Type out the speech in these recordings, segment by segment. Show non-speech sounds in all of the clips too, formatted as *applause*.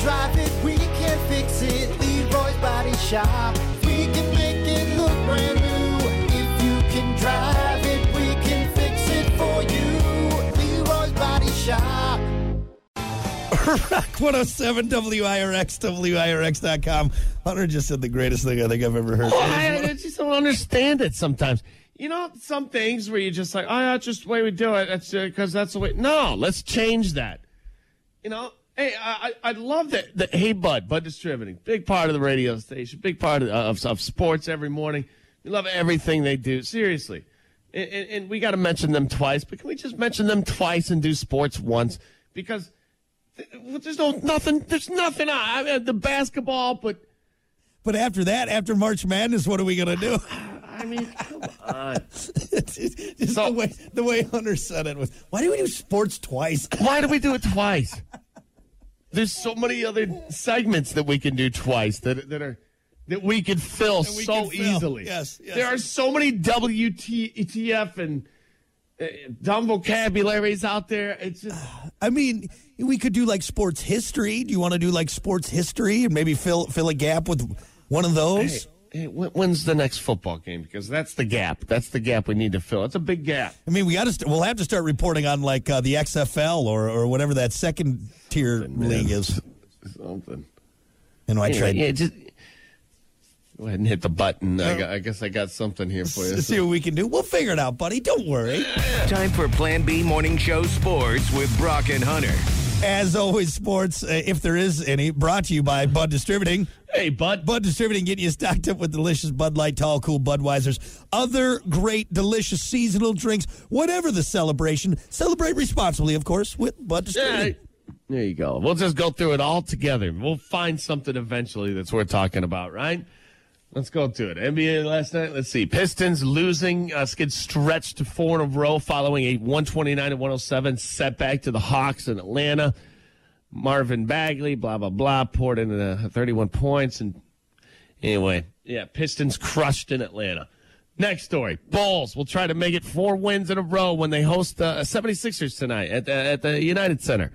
drive it, we can fix it. Leroy's Body Shop. We can make it look brand new. If you can drive it, we can fix it for you. Leroy's Body Shop. Rock 107 WIRX, WIRX.com. Hunter just said the greatest thing I think I've ever heard. I, I just don't understand it sometimes. You know, some things where you're just like, oh, that's just the way we do it. That's because that's the way. No, let's change that. You know, hey, I, I I love that. The, hey, Bud, Bud Distributing, big part of the radio station, big part of, of, of sports every morning. We love everything they do. Seriously. And, and, and we got to mention them twice, but can we just mention them twice and do sports once? Because th- there's no nothing. There's nothing. I, I mean, the basketball, but But after that, after March Madness, what are we going to do? *laughs* I mean, come on. It's just- just So- the, way, the way Hunter said it was, why do we do sports twice? Why do we do it twice? There's so many other segments that we can do twice that that are that we could fill we so can fill. easily. Yes, yes. There are so many WTF and uh, dumb vocabularies out there. It's *sighs* just I mean, we could do like sports history. Do you want to do like sports history and maybe fill fill a gap with one of hey, those? hey, when- when's the next football game? Because that's the gap. That's the gap we need to fill. It's a big gap. I mean, we got to. St- we'll have to start reporting on like uh, the XFL or or whatever that second tier league is. Something. You know, I Anyway, tried. yeah, just go ahead and hit the button. I, gu- I guess I got something here for you. to *laughs* see what we can do. We'll figure it out, buddy. Don't worry. Time for Plan B Morning Show Sports with Brock and Hunter. As always, sports, uh, if there is any, brought to you by Bud Distributing. hey, bud. Bud Distributing getting you stocked up with delicious Bud Light, Tall, Cool Budweisers, other great, delicious seasonal drinks. Whatever the celebration, celebrate responsibly, of course, with Bud Distributing. There you go. We'll just go through it all together. We'll find something eventually that's worth talking about, right? Let's go to it. NBA last night. Let's see. Pistons losing. Uh, skid stretched to four in a row following a 129 to 107 setback to the Hawks in Atlanta. Marvin Bagley, blah, blah, blah, poured in uh, 31 points. And anyway, yeah, Pistons crushed in Atlanta. Next story. Bulls will try to make it four wins in a row when they host uh, 76ers tonight at the, at the United Center.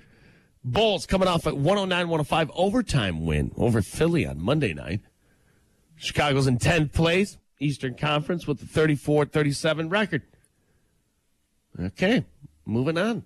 Bulls coming off oh at 109 105 overtime win over Philly on Monday night. Chicago's in 10th place, Eastern Conference with the 34 37 record. Okay, moving on.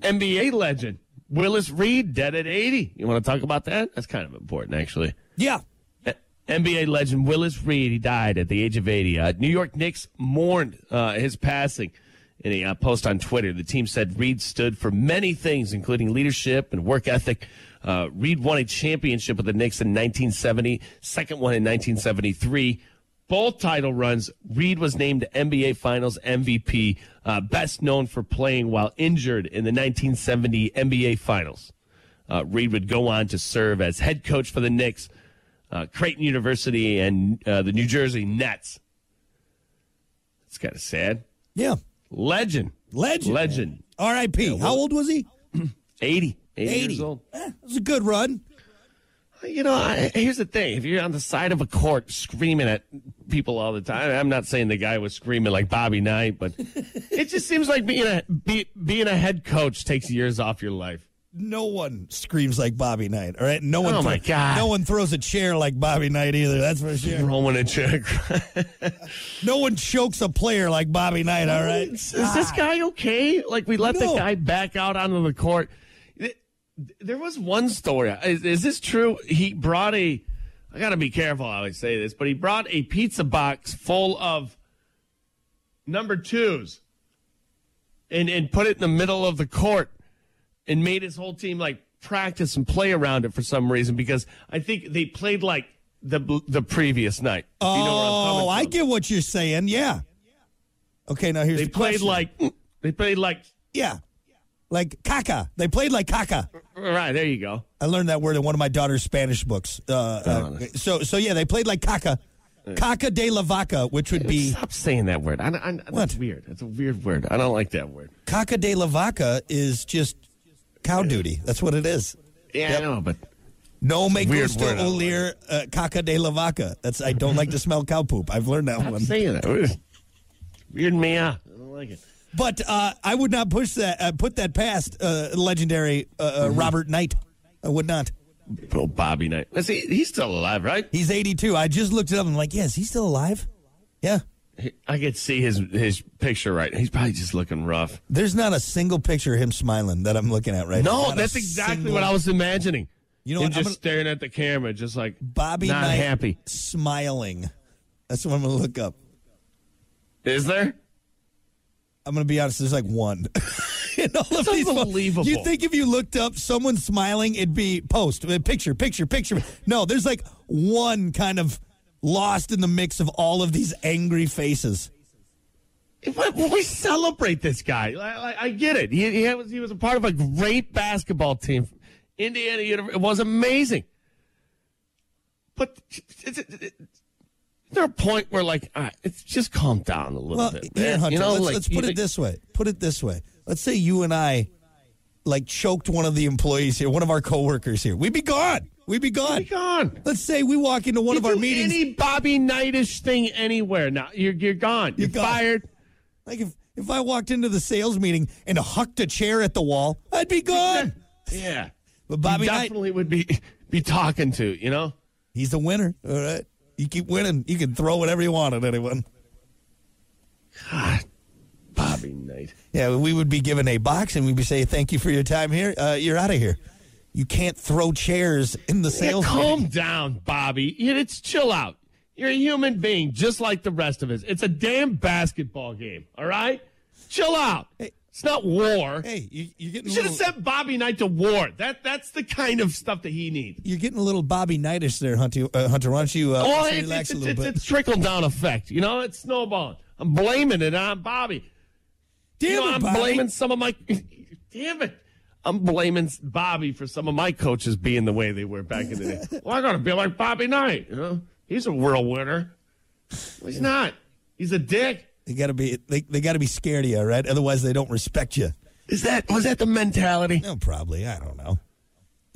NBA legend Willis Reed dead at 80. You want to talk about that? That's kind of important, actually. Yeah. Uh, NBA legend Willis Reed, he died at the age of 80. Uh, New York Knicks mourned uh, his passing. In a uh, post on Twitter, the team said Reed stood for many things, including leadership and work ethic. Uh, Reed won a championship with the Knicks in 1970, second one in 1973. Both title runs, Reed was named NBA Finals MVP, uh, best known for playing while injured in the 1970 NBA Finals. Uh, Reed would go on to serve as head coach for the Knicks, uh, Creighton University, and uh, the New Jersey Nets. It's kind of sad. Yeah. Legend. Legend. Legend. R.I.P. How old was he? 80. 80, 80. years old. Eh, it was a good run. You know, I, here's the thing. If you're on the side of a court screaming at people all the time, I'm not saying the guy was screaming like Bobby Knight, *laughs* but it just seems like being a, be, being a head coach takes years off your life. No one screams like Bobby Knight, all right? No one. Oh, thro- my God. No one throws a chair like Bobby Knight either. That's for *laughs* sure. Throwing a check. No one chokes a player like Bobby Knight, all right? Ah. Is this guy okay? Like we let No. the guy back out onto the court. Th- There was one story. Is, is this true? He brought a. I gotta be careful how I say this, but he brought a pizza box full of number twos, and and put it in the middle of the court, and made his whole team like practice and play around it for some reason because I think they played like the the previous night. if you know where I'm coming Oh, I from. get what you're saying. Yeah. Okay, now here's They the played question. like they played like yeah, like caca. They played like caca. right there. You go. I learned that word in one of my daughter's Spanish books. Uh, uh, so, so yeah, they played like caca, caca de la vaca, which would be Stop saying that word. I, I, that's What? weird. That's a weird word. I don't like that word. caca de la vaca is just cow duty. That's what it is. Yeah, I know, but No me weird gusta word, I don't like oler uh, caca de la vaca. That's I don't like to smell cow poop. I've learned *laughs* that I'm one. saying that. It's weirding me out. I don't like it. But uh, I would Mm-hmm. not push that. Uh, put that past uh, legendary uh, uh, Robert Knight. I would not. Oh, Bobby Knight. Is he, he's still alive, right? He's 82. I just looked it up. I'm like, yes, he's still alive. Yeah. I could see his his picture right. He's probably just looking rough. There's not a single picture of him smiling that I'm looking at right now. No, Not a that's exactly single- what I was imagining. You know Him what, I'm just gonna- staring at the camera, just like Bobby not Knight happy. smiling. That's what I'm going to look up. Is there? I'm going to be honest. There's like one. *laughs* In all of these, unbelievable. You think if you looked up someone smiling, it'd be post uh, picture, picture, picture. No, there's like one kind of lost in the mix of all of these angry faces. But we celebrate this guy. I, I, I get it. He, he was he was a part of a great basketball team, Indiana University. It was amazing. But is, it- is there a point where like, all right, it's just calm down a little Well, bit, Ian man. Hunter, you know, let's, like, let's put you- it this way. Put it this way. Let's say you and I, like, choked one of the employees here, one of our coworkers here. We'd be gone. We'd be gone. Be gone. Let's say we walk into one You of our do meetings. Any Bobby Knightish thing anywhere now? You're you're gone. You're, You're gone. fired. like if if I walked into the sales meeting and hucked a chair at the wall, I'd be gone. Yeah. But Bobby you Knight, definitely would be be talking to you know. he's a winner. All right, you keep winning. You can throw whatever you want at anyone. God, Bobby Knight. Yeah, we would be given a box and we'd be saying, "Thank you for your time here. Uh, you're out of here. You can't throw chairs in the Yeah, sales." meeting. calm down, Bobby. Yeah, It's chill out. You're a human being just like the rest of us. It's a damn basketball game, all right? Chill out. It's not war. Hey, you, you're getting you a should have little- sent Bobby Knight to war. That that's the kind of stuff that he needs. You're getting a little Bobby Knightish there, Hunter. Uh, Hunter, why don't you uh, Well, it's, relax it's, a little it's, bit? it's trickle down effect. You know, it's snowballing. I'm blaming it on Bobby. Damn you know, it, I'm Bobby. blaming some of my. *laughs* Damn it. I'm blaming Bobby for some of my coaches being the way they were back in the *laughs* day. well, I got to be like Bobby Knight. You know, he's a world winner. Well, he's not. He's a dick. They gotta be. They, they gotta be scared of you, right? Otherwise, they don't respect you. Is that was that the mentality? No, probably. I don't know.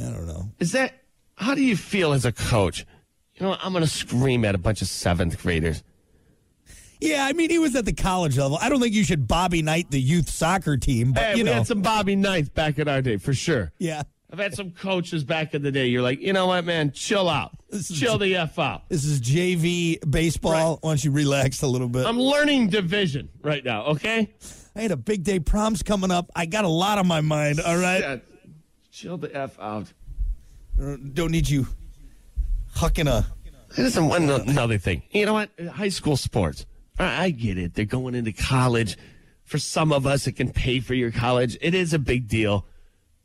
I don't know. Is that how do you feel as a coach? You know, what, I'm going to scream at a bunch of seventh graders. Yeah, I mean, he was at the college level. I don't think you should Bobby Knight the youth soccer team, but Hey, you we know, had some Bobby Knights back in our day for sure. yeah. I've had some coaches back in the day. You're like, you know what, man? Chill out. This is- Chill the f out. This is JV baseball. Why don't you relax a little bit? I'm learning division right now. Okay. I had a big day. Prom's coming up. I got a lot on my mind. All right, Yeah, chill the f out. Uh, don't need you hucking a. This is one another thing. You know what? High school sports. I I get it. They're going into college. For some of us, it can pay for your college. It is a big deal.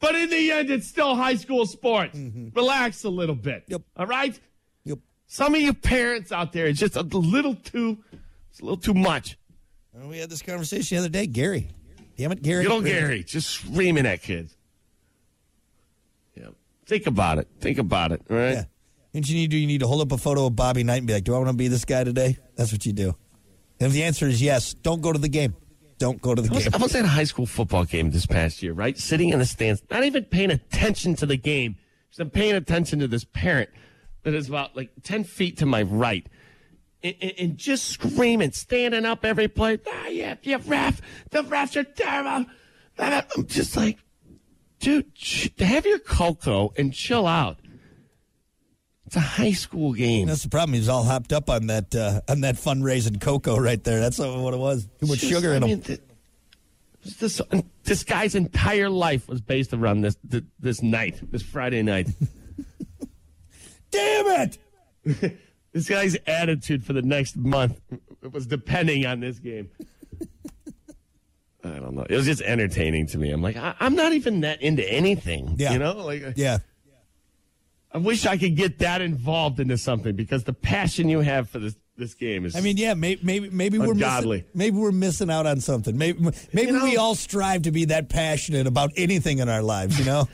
But in the end, it's still high school sports. Relax a little bit. Yep. All right. Yep. Some of you parents out there, it's just a little too, it's a little too much. And Uh, We had this conversation the other day, Gary. Damn it, Gary. Good old Gary, just screaming at kids. Yeah. Think about it. Think about it. All right. Yeah. And you need to you need to hold up a photo of Bobby Knight and be like, "Do I want to be this guy today?" That's what you do. And if the answer is yes, don't go to the game. Don't go to the I was, game. I was at a high school football game this past year, right? Sitting in the stands, not even paying attention to the game. Just I'm paying attention to this parent that is about like 10 feet to my right. And, and- and just screaming, standing up every play. Ah, yeah, yeah, ref. The refs are terrible. Ah, I'm just like, dude, ch- have your cocoa and chill out. It's a high school game. That's the problem. He was all hopped up on that uh, on that fundraising cocoa right there. That's what it was. Too much Just, sugar I in mean, him. th- this, this guy's entire life was based around this th- this night, this Friday night. *laughs* Damn it! *laughs* this guy's attitude for the next month was depending on this game. I don't know. It was just entertaining to me. I'm like, I- I'm not even that into anything. Yeah. You know, like I- Yeah, I wish I could get that involved into something because the passion you have for this this game is. I mean, yeah. Maybe maybe, maybe we're missing, Ungodly. maybe we're missing out on something. Maybe maybe You know- we all strive to be that passionate about anything in our lives. You *laughs* know,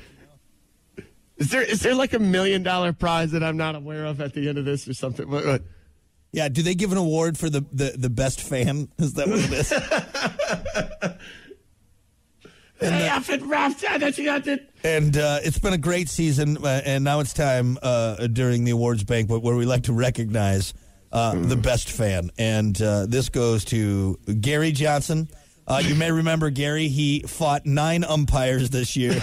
is there is there like a million dollar prize that I'm not aware of at the end of this or something? What- what- yeah. Do they give an award for the the, the best fan? *laughs* Is that what it *laughs* is? Hey, effing ref, yeah, that's- yeah, that- And uh, it's been a great season, uh, and now it's time uh, during the awards banquet where we like to Mm. recognize uh, the best fan. And uh, this goes to Gary Johnson, Uh, you may remember Gary. He fought nine umpires this *laughs* year,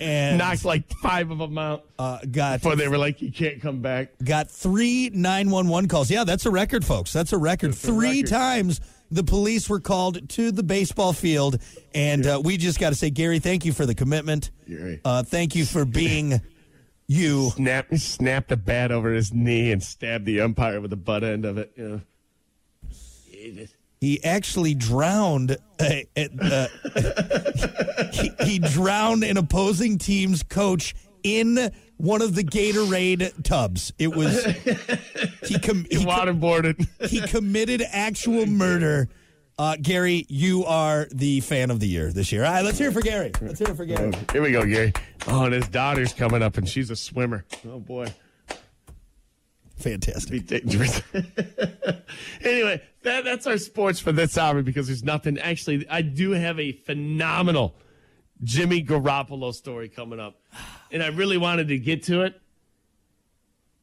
and Knocked like five of them out uh, got before they were like, you can't come back. got three 911 calls. Yeah, that's a record, folks. That's a record. three record. times the police were called to the baseball field. And uh, we just got to say, Gary, thank you for the commitment. Gary. Uh, thank you for being you. Snap, snapped the bat over his knee and stabbed the umpire with the butt end of it. You know. He actually drowned. Uh, at, uh, *laughs* he, he drowned an opposing team's coach in one of the Gatorade tubs. It was he, com- He he waterboarded. *laughs* he committed actual murder. Uh, Gary, you are the fan of the year this year. All right, let's hear it for Gary. Let's hear it for Gary. Here we go, Gary. Oh, and his daughter's coming up, and she's a swimmer. Oh boy, be Fantastic. dangerous. *laughs* anyway, that, that's our sports for this hour because there's nothing. Actually, I do have a phenomenal Jimmy Garoppolo story coming up, and I really wanted to get to it,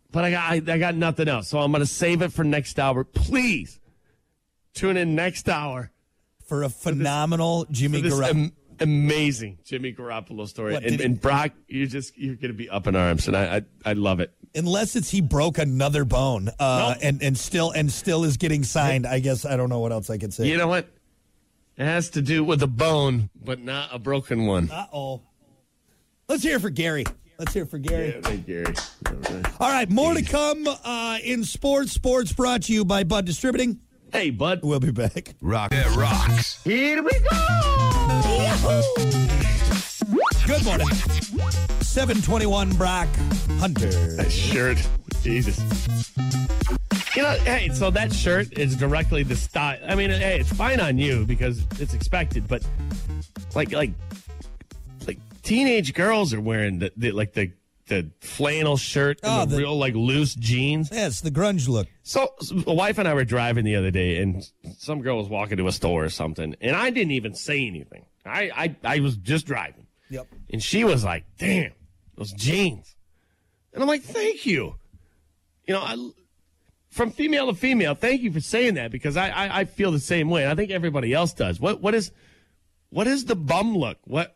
but I got I, I got nothing else, so I'm going to save it for next hour. Please tune in next hour. For a phenomenal Jimmy this Garoppolo. am- amazing Jimmy Garoppolo story. What, and, did he- and Brock, you're just you're gonna be up in arms, and I I, I love it. Unless it's he broke another bone uh, and, and still and still is getting signed. I guess I don't know what else I could say. You know what? It has to do with a bone, but not a broken one. Uh oh. Let's hear it for Gary. Let's hear it for Gary. Yeah, thank you, Gary. All right, more to come uh, in sports. Sports brought to you by Bud Distributing. Hey, bud. We'll be back. Rock. It rocks. Here we go. Good morning. 721 Brock Hunter. That shirt. Jesus. You know, hey, so that shirt is directly the style. I mean, hey, it's fine on you because it's expected, but like, like, like teenage girls are wearing the, the like the the flannel shirt and Oh, the, the- real like loose jeans. Yes, the grunge look. So, so my wife and I were driving the other day, and some girl was walking to a store or something, and I didn't even say anything. I I, I was just driving. Yep. And she was like, damn, those jeans. And I'm like, thank you. You know, I, from female to female, thank you for saying that because I, I, I feel the same way. And I think everybody else does. What What is what is the bum look? What?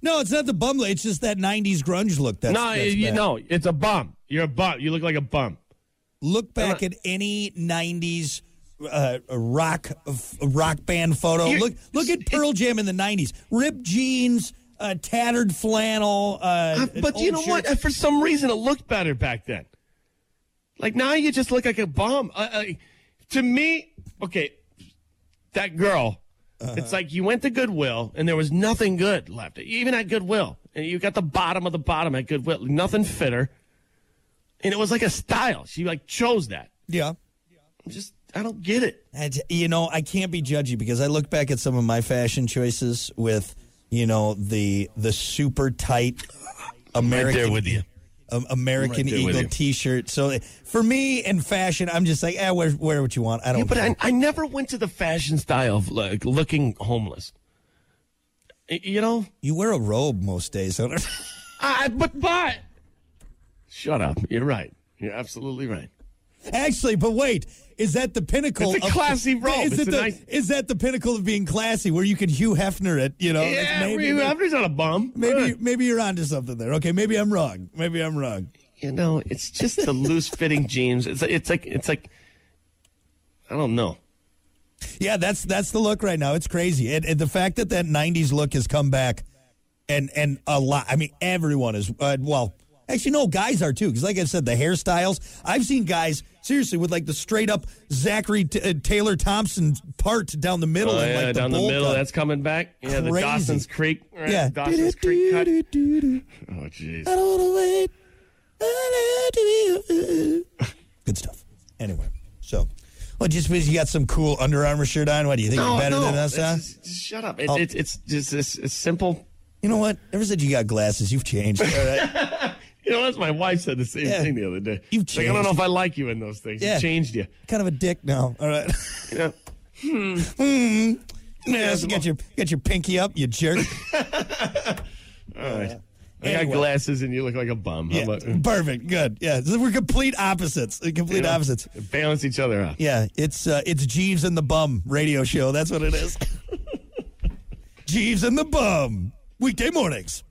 No, it's not the bum. look. It's just that '90s grunge look. That's, no, that's you, bad. no, it's a bum. You're a bum. You look like a bum. Look back at any '90s uh, rock f- rock band photo. You- look, look at Pearl *laughs* Jam in the '90s. Ripped jeans, uh, tattered flannel. Uh, But you know old what? shirts. For some reason, it looked better back then. Like now, you just look like a bum. Uh, uh, to me, okay, that girl. It's like you went to Goodwill and there was nothing good left, even at Goodwill. And you got the bottom of the bottom at Goodwill, nothing fitter. And it was like a style. She like chose that. Yeah. I'm just I don't get it. And, you know, I can't be judgy because I look back at some of my fashion choices with, you know, the the super tight American you. um, American Right there with Eagle you. T-shirt. So for me and fashion, I'm just like, eh, wear, wear what you want. I don't. Yeah, but care. I, I never went to the fashion style of like looking homeless. Y- You know, you wear a robe most days. I don't- I, I- but but. Shut up. You're right. You're absolutely right. *laughs* Actually, but wait, is that the pinnacle? It's a of- *laughs* classy robe. Is, It's it a the, nice- is that the pinnacle of being classy, where you can Hugh Hefner it? You know, That's yeah, maybe, Hugh Hefner's not a bum. maybe maybe you're onto something there. Okay, maybe I'm wrong. Maybe I'm wrong. you know, it's just the loose fitting jeans. It's it's like it's like I don't know. Yeah, that's that's the look right now. It's crazy, and, and the fact that that '90s look has come back, and and a lot. I mean, everyone is uh, well. Actually, no, guys are too. Because, like I said, the hairstyles. I've seen guys seriously with like the straight up Zachary T- uh, Taylor Thompson part down the middle, and, like, the Oh, down the, bowl middle, cut. that's coming back. Yeah, the Crazy. Dawson's Creek. Right? yeah. Dawson's Creek Uh, cut. Oh Do-do-do-do-do. I jeez. don't wanna wait. I don't wanna do. *laughs* Good stuff. Anyway, so. Well, just because you got some cool Under Armour shirt on, what do you think you're better than us? it's Huh? just- just shut up. It's it's, it's just it's, it's simple. You know what? Ever since you got glasses, you've changed. All *laughs* right. You know, that's my wife said the same Yeah. thing the other day. You've She's Like, I don't know changed. if I like you in those things. Yeah. You changed you. kind of a dick now. All *laughs* right. you know? *laughs* Yeah, so get your get your pinky up, you jerk. All right. I got Anyway. glasses and you look like a bum. How Yeah, about- perfect. Good. Yeah, so we're complete opposites. uh, Complete you know, opposites. Balance each other out. Yeah, it's uh, it's Jeeves and the Bum radio show. That's what it is. *laughs* Jeeves and the Bum weekday mornings.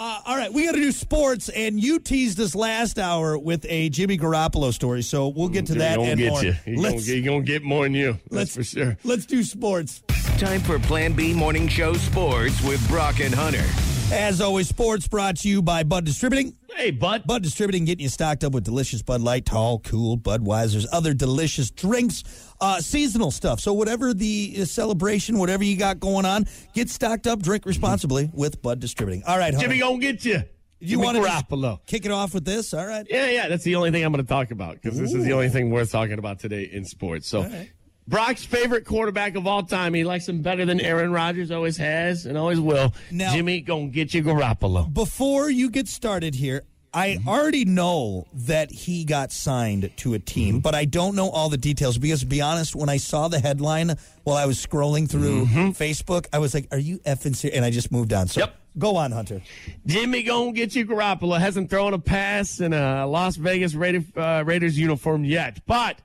Uh, all right, we got to do sports, and you teased this last hour with a Jimmy Garoppolo story, so we'll get to You're that Mm, gonna and get more. You. You're gonna, Let's- get, you're gonna get more than you. That's let's for sure. Let's do sports. Time for Plan B Morning Show Sports with Brock and Hunter. As always, sports brought to you by Bud Distributing. Hey, bud. Bud Distributing getting you stocked up with delicious Bud Light, Tall, Cool, Budweiser's, other delicious drinks, uh, seasonal stuff. So whatever the uh, celebration, whatever you got going on, get stocked up, drink responsibly with Bud Distributing. All right, Hunter, Jimmy gonna get you. you Jimmy want to Garoppolo? kick it off with this? All right. Yeah, yeah. That's the only thing I'm going to talk about because this is the only thing worth talking about today in sports. So, right. Brock's favorite quarterback of all time. He likes him better than Aaron Rodgers always has and always will. Now- Jimmy gonna get you Garoppolo. Before you get started here, I Mm-hmm. already know that he got signed to a team, Mm-hmm. but I don't know all the details because, to be honest, when I saw the headline while I was scrolling through Facebook, I was like, "Are you effing serious?" And I just moved on. So Mm-hmm. Yep. go on, Hunter. Jimmy gonna get you Garoppolo. Hasn't thrown a pass in a Las Vegas Raider, uh, Raiders uniform yet, but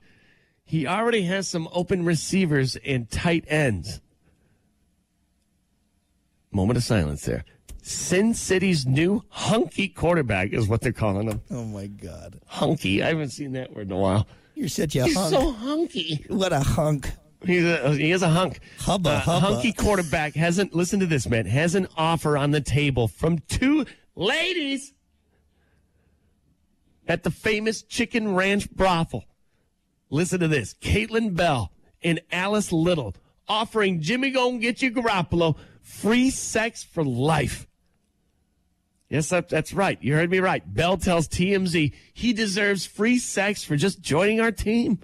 he already has some open receivers and tight ends. Moment of silence there. Sin City's new hunky quarterback is what they're calling him. Oh my God! hunky. I haven't seen that word in a while. You're such a He's hunk. so hunky. what a hunk! He's a, he is a hunk. Hubba, Uh, hubba. Hunky quarterback hasn't, listen to this, man, has an offer on the table from two ladies at the famous Chicken Ranch brothel. Listen to this Caitlin Bell and Alice Little offering Jimmy Gonna Get You Garoppolo free sex for life. Yes, that, that's right. You heard me right. Bell tells TMZ he deserves free sex for just joining our team.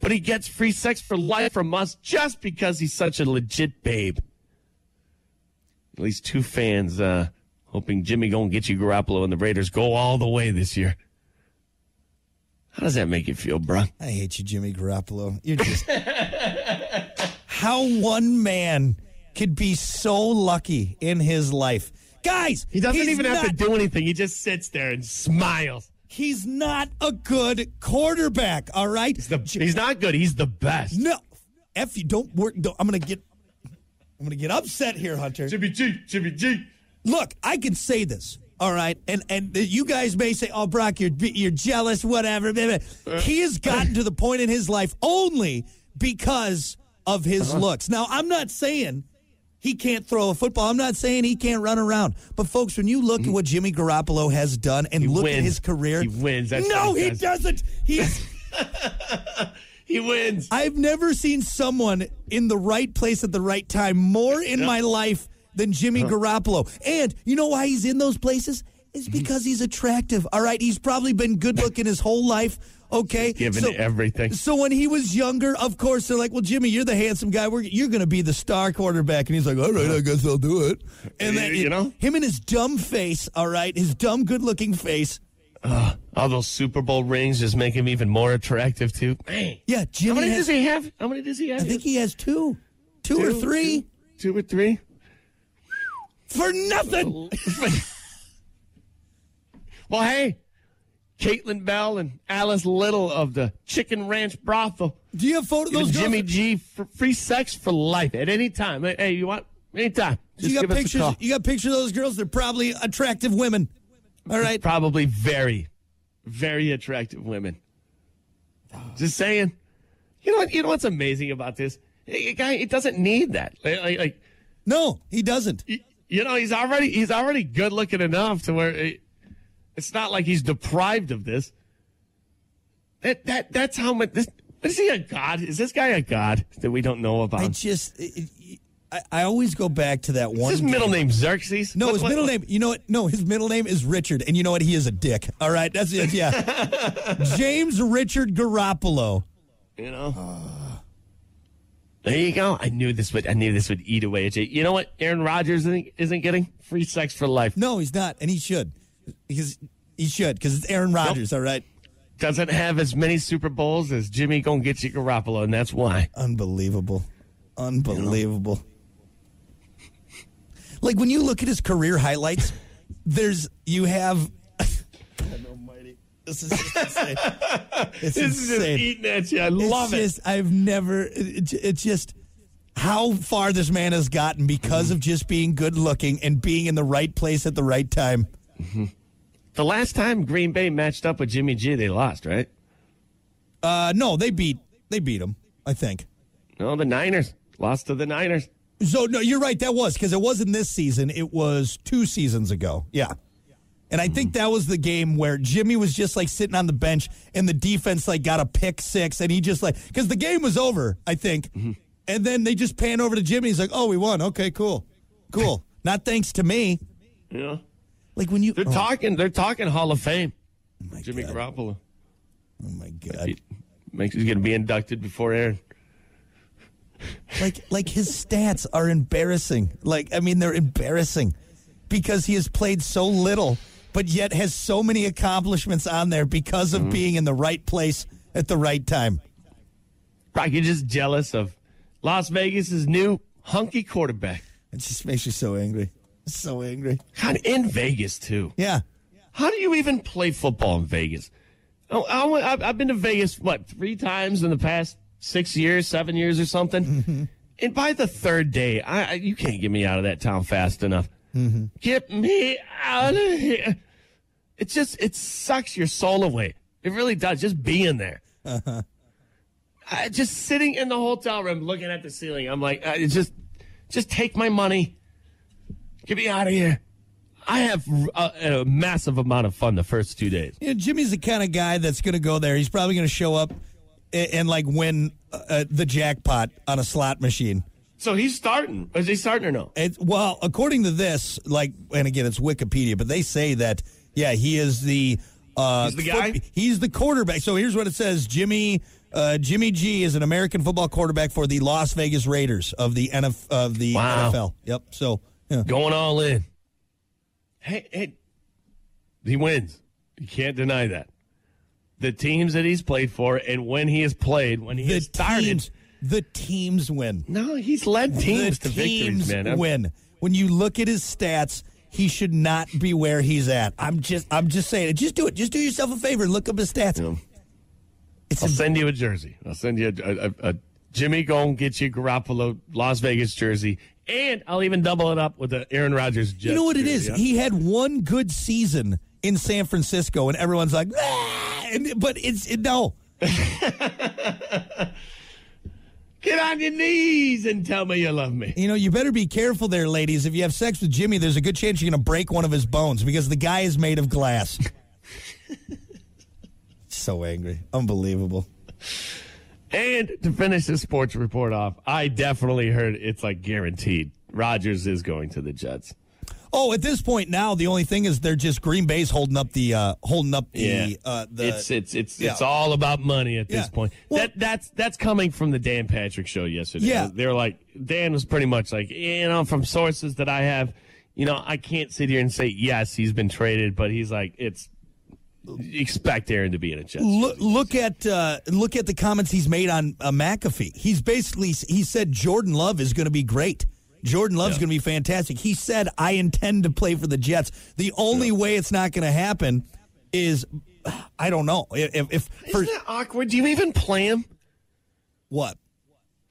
But he gets free sex for life from us just because he's such a legit babe. At least two fans uh, hoping Jimmy gonna get you Garoppolo and the Raiders go all the way this year. How does that make you feel, bro? I hate you, Jimmy Garoppolo. You're just how one man could be so lucky in his life, guys. He doesn't he's even have to not- do anything. He just sits there and smiles. He's not a good quarterback. All right. He's, the, he's not good. He's the best. No, f you. Don't work. Don't, I'm gonna get. I'm gonna get upset here, Hunter. Jimmy G, Jimmy G. Look, I can say this. All right, and and you guys may say, "Oh, Brock, you're you're jealous, whatever." blah, Uh, blah." He has gotten to the point in his life only because of his Uh-huh. looks. Now, I'm not saying he can't throw a football. I'm not saying he can't run around. But folks, when you look at what Jimmy Garoppolo has done and look at wins. his career, Mm. He wins. That's no, what he he does. doesn't. He's He wins. I've never seen someone in the right place at the right time more in my life than Jimmy Uh-huh. Garoppolo. And you know why he's in those places? It's Mm-hmm. because he's attractive. All right, he's probably been good looking his whole life. Okay, given everything. So when he was younger, of course they're like, "Well, Jimmy, you're the handsome guy. We're, you're going to be the star quarterback." And he's like, "All right, I guess I'll do it." And then You know? him and his dumb face. All right, his dumb good-looking face. All those Super Bowl rings just make him even more attractive too. Man. Yeah, Jimmy. How many has- does he have? How many does he have? I think he has two, two, or Two, three two or three. for nothing. *laughs* Well, hey, Caitlin Bell and Alice Little of the Chicken Ranch Brothel. Do you have photo Give those Jimmy girls? G for free sex for life at any time. Hey, Hey, you want anytime? Just you give got us a pictures. call. You got picture of those girls. They're probably attractive women. All right. Probably very, very attractive women. Just saying. You know what? You know what's amazing about this? A a guy, it doesn't need that. Like- like- like No, he doesn't. y- you know, he's already he's already good looking enough to where it, it's not like he's deprived of this. That that that's how much this. Is he a god? Is this guy a god that we don't know about? I Is just, it, it- I, I always go back to that one. his middle game. name Xerxes? No, What- his what- middle name. You know what? No, his middle name is Richard, and you know what? He is a dick. All right, that's it. Yeah, *laughs* James Richard Garoppolo. You know. There you go. I knew this would. I knew this would eat away at you. You know what? Aaron Rodgers isn't, isn't getting free sex for life. No, he's not, and he should, because he should, because it's Aaron Rodgers. All right, Doesn't have as many Super Bowls as Jimmy gonna get you Garoppolo, and that's why. Unbelievable. Unbelievable. Like when you look at his career highlights, there's you have. This is just *laughs* insane. It's This is just insane. eating at you. I It's love it. just, I've never. It, it- it's just how far this man has gotten because of just being good looking and being in the right place at the right time. The last time Green Bay matched up with Jimmy G, they lost, right? Uh, no, they beat they beat him. I think. No, the Niners lost to the Niners. So no, you're right. That was because it wasn't this season. It was two seasons ago. Yeah. And I think that was the game where Jimmy was just like sitting on the bench and the defense like got a pick six and he just like because the game was over, I think. Mm-hmm. And then they just pan over to Jimmy. He's like, "Oh, we won. Okay, cool, cool. Not thanks to me." Yeah, Like when you they're oh, talking. They're talking Hall of Fame. my Jimmy God. Garoppolo Oh my god! makes he's going to be inducted before Aaron. Like like his stats are embarrassing. Like I mean, they're embarrassing because he has played so little, but yet has so many accomplishments on there because of being in the right place at the right time. Brock, you're just jealous of Las Vegas' new hunky quarterback. It just makes you so angry, so angry. God, in Vegas too. Yeah, How do you even play football in Vegas? Oh, I, went- I've- I've been to Vegas what three times in the past six years, seven years, or something. And by the third day, I, I you can't get me out of that town fast enough. Get me out of here! It just it sucks your soul away. It really does. Just being there. I, just sitting in the hotel room, looking at the ceiling. I'm like, I, just just take my money. Get me out of here. I have uh, a, a massive amount of fun the first two days. you know, Jimmy's the kind of guy that's going to go there. He's probably going to show up and, and like win uh, uh, the jackpot on a slot machine. So he's starting. Is he starting or no? It, well, according to this, like, and again, it's Wikipedia, but they say that yeah, he is the uh, He's the guy? he's the quarterback. So here's what it says: Jimmy uh, Jimmy G is an American football quarterback for the Las Vegas Raiders of the NF, of the Wow. NFL. Yep. So yeah. Going all in. Hey, hey, he wins. You can't deny that. The teams that he's played for and when he has played, when he the has started. teams the teams win. No, he's led teams the to teams victories, man. I'm- win. When you look at his stats, he should not be where he's at. I'm just I'm just saying it. Just do it. Just do yourself a favor. and Look up his stats. Yeah. It's I'll a, send you a jersey. I'll send you a, a, a, a Jimmy. Go and get you Garoppolo Las Vegas jersey, and I'll even double it up with the Aaron Rodgers. Jets you know what it is? jersey. He had one good season in San Francisco, and everyone's like, "Ah!" And- but it's it, no. Get on your knees and tell me you love me. You know, you better be careful there, ladies. If you have sex with Jimmy, there's a good chance you're going to break one of his bones because the guy is made of glass. *laughs* so angry, unbelievable. And to finish this sports report off, I definitely heard it's like guaranteed. Rodgers is going to the Jets. Oh, at this point now, the only thing is they're just Green Bay's holding up the uh, holding up the uh, the. it's it's it's it's yeah. all about money at this Yeah. point. Well- that that's that's coming from the Dan Patrick show yesterday. Yeah. they were like Dan was pretty much like you know from sources that I have, you know I can't sit here and say yes he's been traded, but he's like it's expect Aaron to be in a Jets. Look, look at uh, look at the comments he's made on uh, McAfee. He's basically he said Jordan Love is going to be great. Jordan Love's Yeah. going to be fantastic. He said I intend to play for the Jets. The only way it's not going to happen is *sighs* I don't know if if, if for Isn't that awkward? Do you even play him? what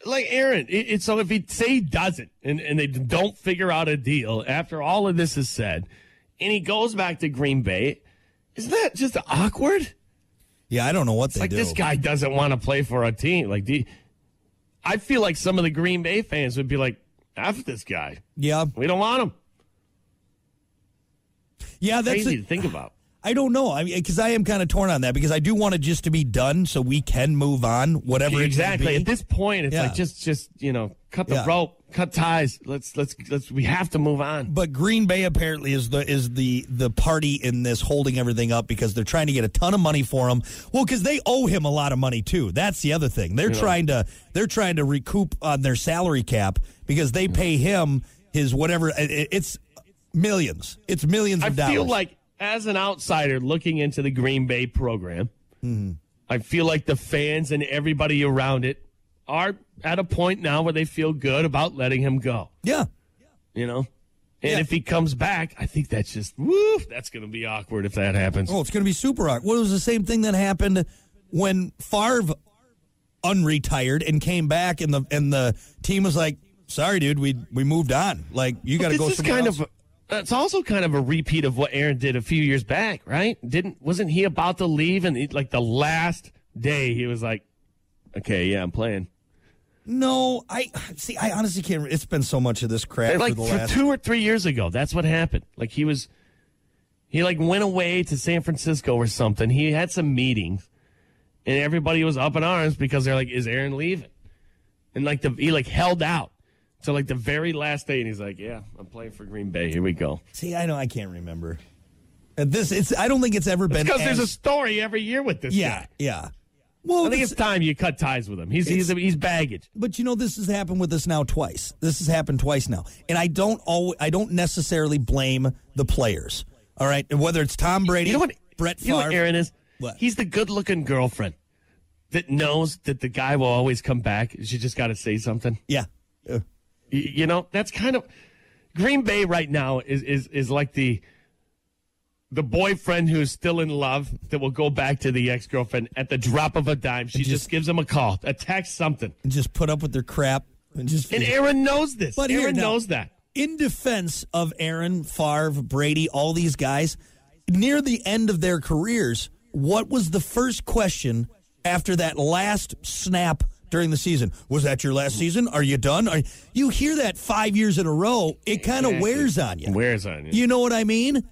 like Aaron, it, it, so if he say he doesn't and, and they don't figure out a deal after all of this is said, and he goes back to Green Bay, isn't that just awkward? yeah I don't know what they Like do. this guy doesn't want to play for a team. Like, do you- I feel like some of the Green Bay fans would be like, "F this guy, yeah we don't want him." yeah that's Crazy it. to think about. I don't know. I mean, because I am kind of torn on that because I do want it just to be done so we can move on, whatever it's gonna Exactly. be. At this point, it's Yeah. like just, just you know, cut the Yeah. rope, cut ties. Let's, let's, let's. We have to move on. But Green Bay apparently is the is the the party in this holding everything up because they're trying to get a ton of money for him. Well, because they owe him a lot of money too. That's the other thing. They're trying to they're trying to recoup on their salary cap because they pay him his whatever. it- it- It's millions. It's millions I of dollars. feel like, as an outsider looking into the Green Bay program, I feel like the fans and everybody around it are at a point now where they feel good about letting him go. yeah. You know, And Yeah. if he comes back, I think that's just woof. That's going to be awkward if that happens. Oh, it's going to be super awkward. Well, it was the same thing that happened when Favre unretired and came back, and the and the team was like, "Sorry, dude, we we moved on. Like, you got to This go." is somewhere kind else." of it's also kind of a repeat of what Aaron did a few years back, right? Didn't wasn't he about to leave and he- like the last day he was like, "Okay, yeah, I'm playing." no. I see. I honestly can't. re- It's been so much of this crap like for the th- last. two or three years ago, that's what happened. Like he was, he like went away to San Francisco or something. He had some meetings, and everybody was up in arms because they're like, "Is Aaron leaving?" And like the he like held out till like the very last day, and he's like, "Yeah, I'm playing for Green Bay. Here we go." see, I know. I can't remember. Uh, This it's. I don't think it's ever been. Because there's a as- story every year with this guy. yeah, yeah. Well, I think this- it's time you cut ties with him. He's he's he's baggage. But you know, this has happened with us now twice. This has happened twice now, and I don't always, I don't necessarily blame the players. All right, And whether it's Tom Brady, You know what? Brett Favre, You know what Aaron is? What? He's the good-looking girlfriend that knows that the guy will always come back. She just got to say something. yeah, Uh, Y- You, know, that's kind of Green Bay right now is is is like the the boyfriend who's still in love that will go back to the ex-girlfriend at the drop of a dime. She And just, just- gives him a call, a text, something. and just put up with their crap and just. And Aaron knows this. But here Aaron now- knows that. in defense of Aaron Favre, Brady, all these guys, near the end of their careers, what was the first question after that last snap during the season? Was that your last season? Are you done? Are you hear that five years in a row? It kind of wears on you. Wears on you. You know what I mean?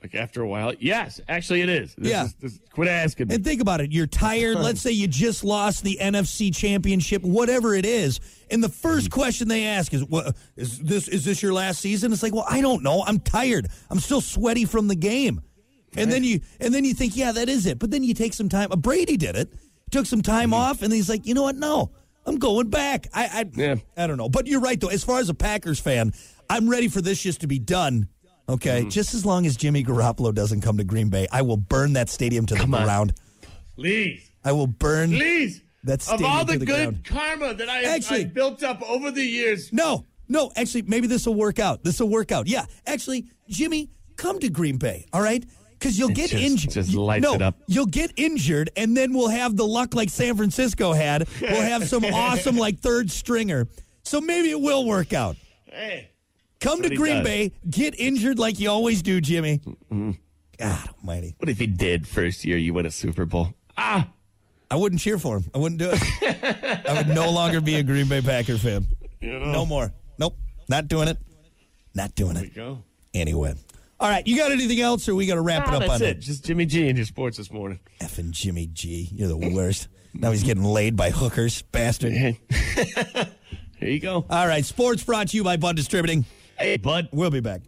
Like after a while, yes, actually it is. This Yeah. is- this- quit asking me. And think about it. You're tired. *laughs* Let's say you just lost the NFC Championship, whatever it is. And the first Mm-hmm. question they ask is, "What is this? Is this your last season?" It's like, well, I don't know. I'm tired. I'm still sweaty from the game. And then you and then you think, yeah, that is it. But then you take some time. uh, Brady did it. Took some time Mm-hmm. off, and he's like, you know what? No, I'm going back. I I, Yeah. I don't know. But you're right though. As far as a Packers fan, I'm ready for this just to be done. Okay, Mm-hmm. just as long as Jimmy Garoppolo doesn't come to Green Bay, I will burn that stadium to the Come on. ground. Please, I will burn. please. That of stadium all to the, the ground. good karma that I, Actually- I built up over the years, No, no. Actually, maybe this will work out. This will work out. Yeah. Actually, Jimmy, come to Green Bay. All right. Because you'll get just- injured. just lights no, it up. You'll get injured, and then we'll have the luck like San Francisco had. We'll have *laughs* some awesome like third stringer. So maybe it will work out. hey, Come to what he Green does. Mm-hmm. Bay, get injured like you always do, Jimmy. God Almighty! what if he did first year you win a Super Bowl? Ah, I wouldn't cheer for him. I wouldn't do it. *laughs* I would no longer be a Green Bay Packer fan. Oh. No more. Nope. Not doing it. Not doing it. go. anyway. All right, you got anything else, or we got to wrap it up that's on it. Just Jimmy G and your sports this morning. *laughs* F and Jimmy G? You're the worst. now he's getting laid by hookers, bastard. *laughs* Here you go. All right, sports brought to you by Bud Distributing. Hey, bud. We'll be back.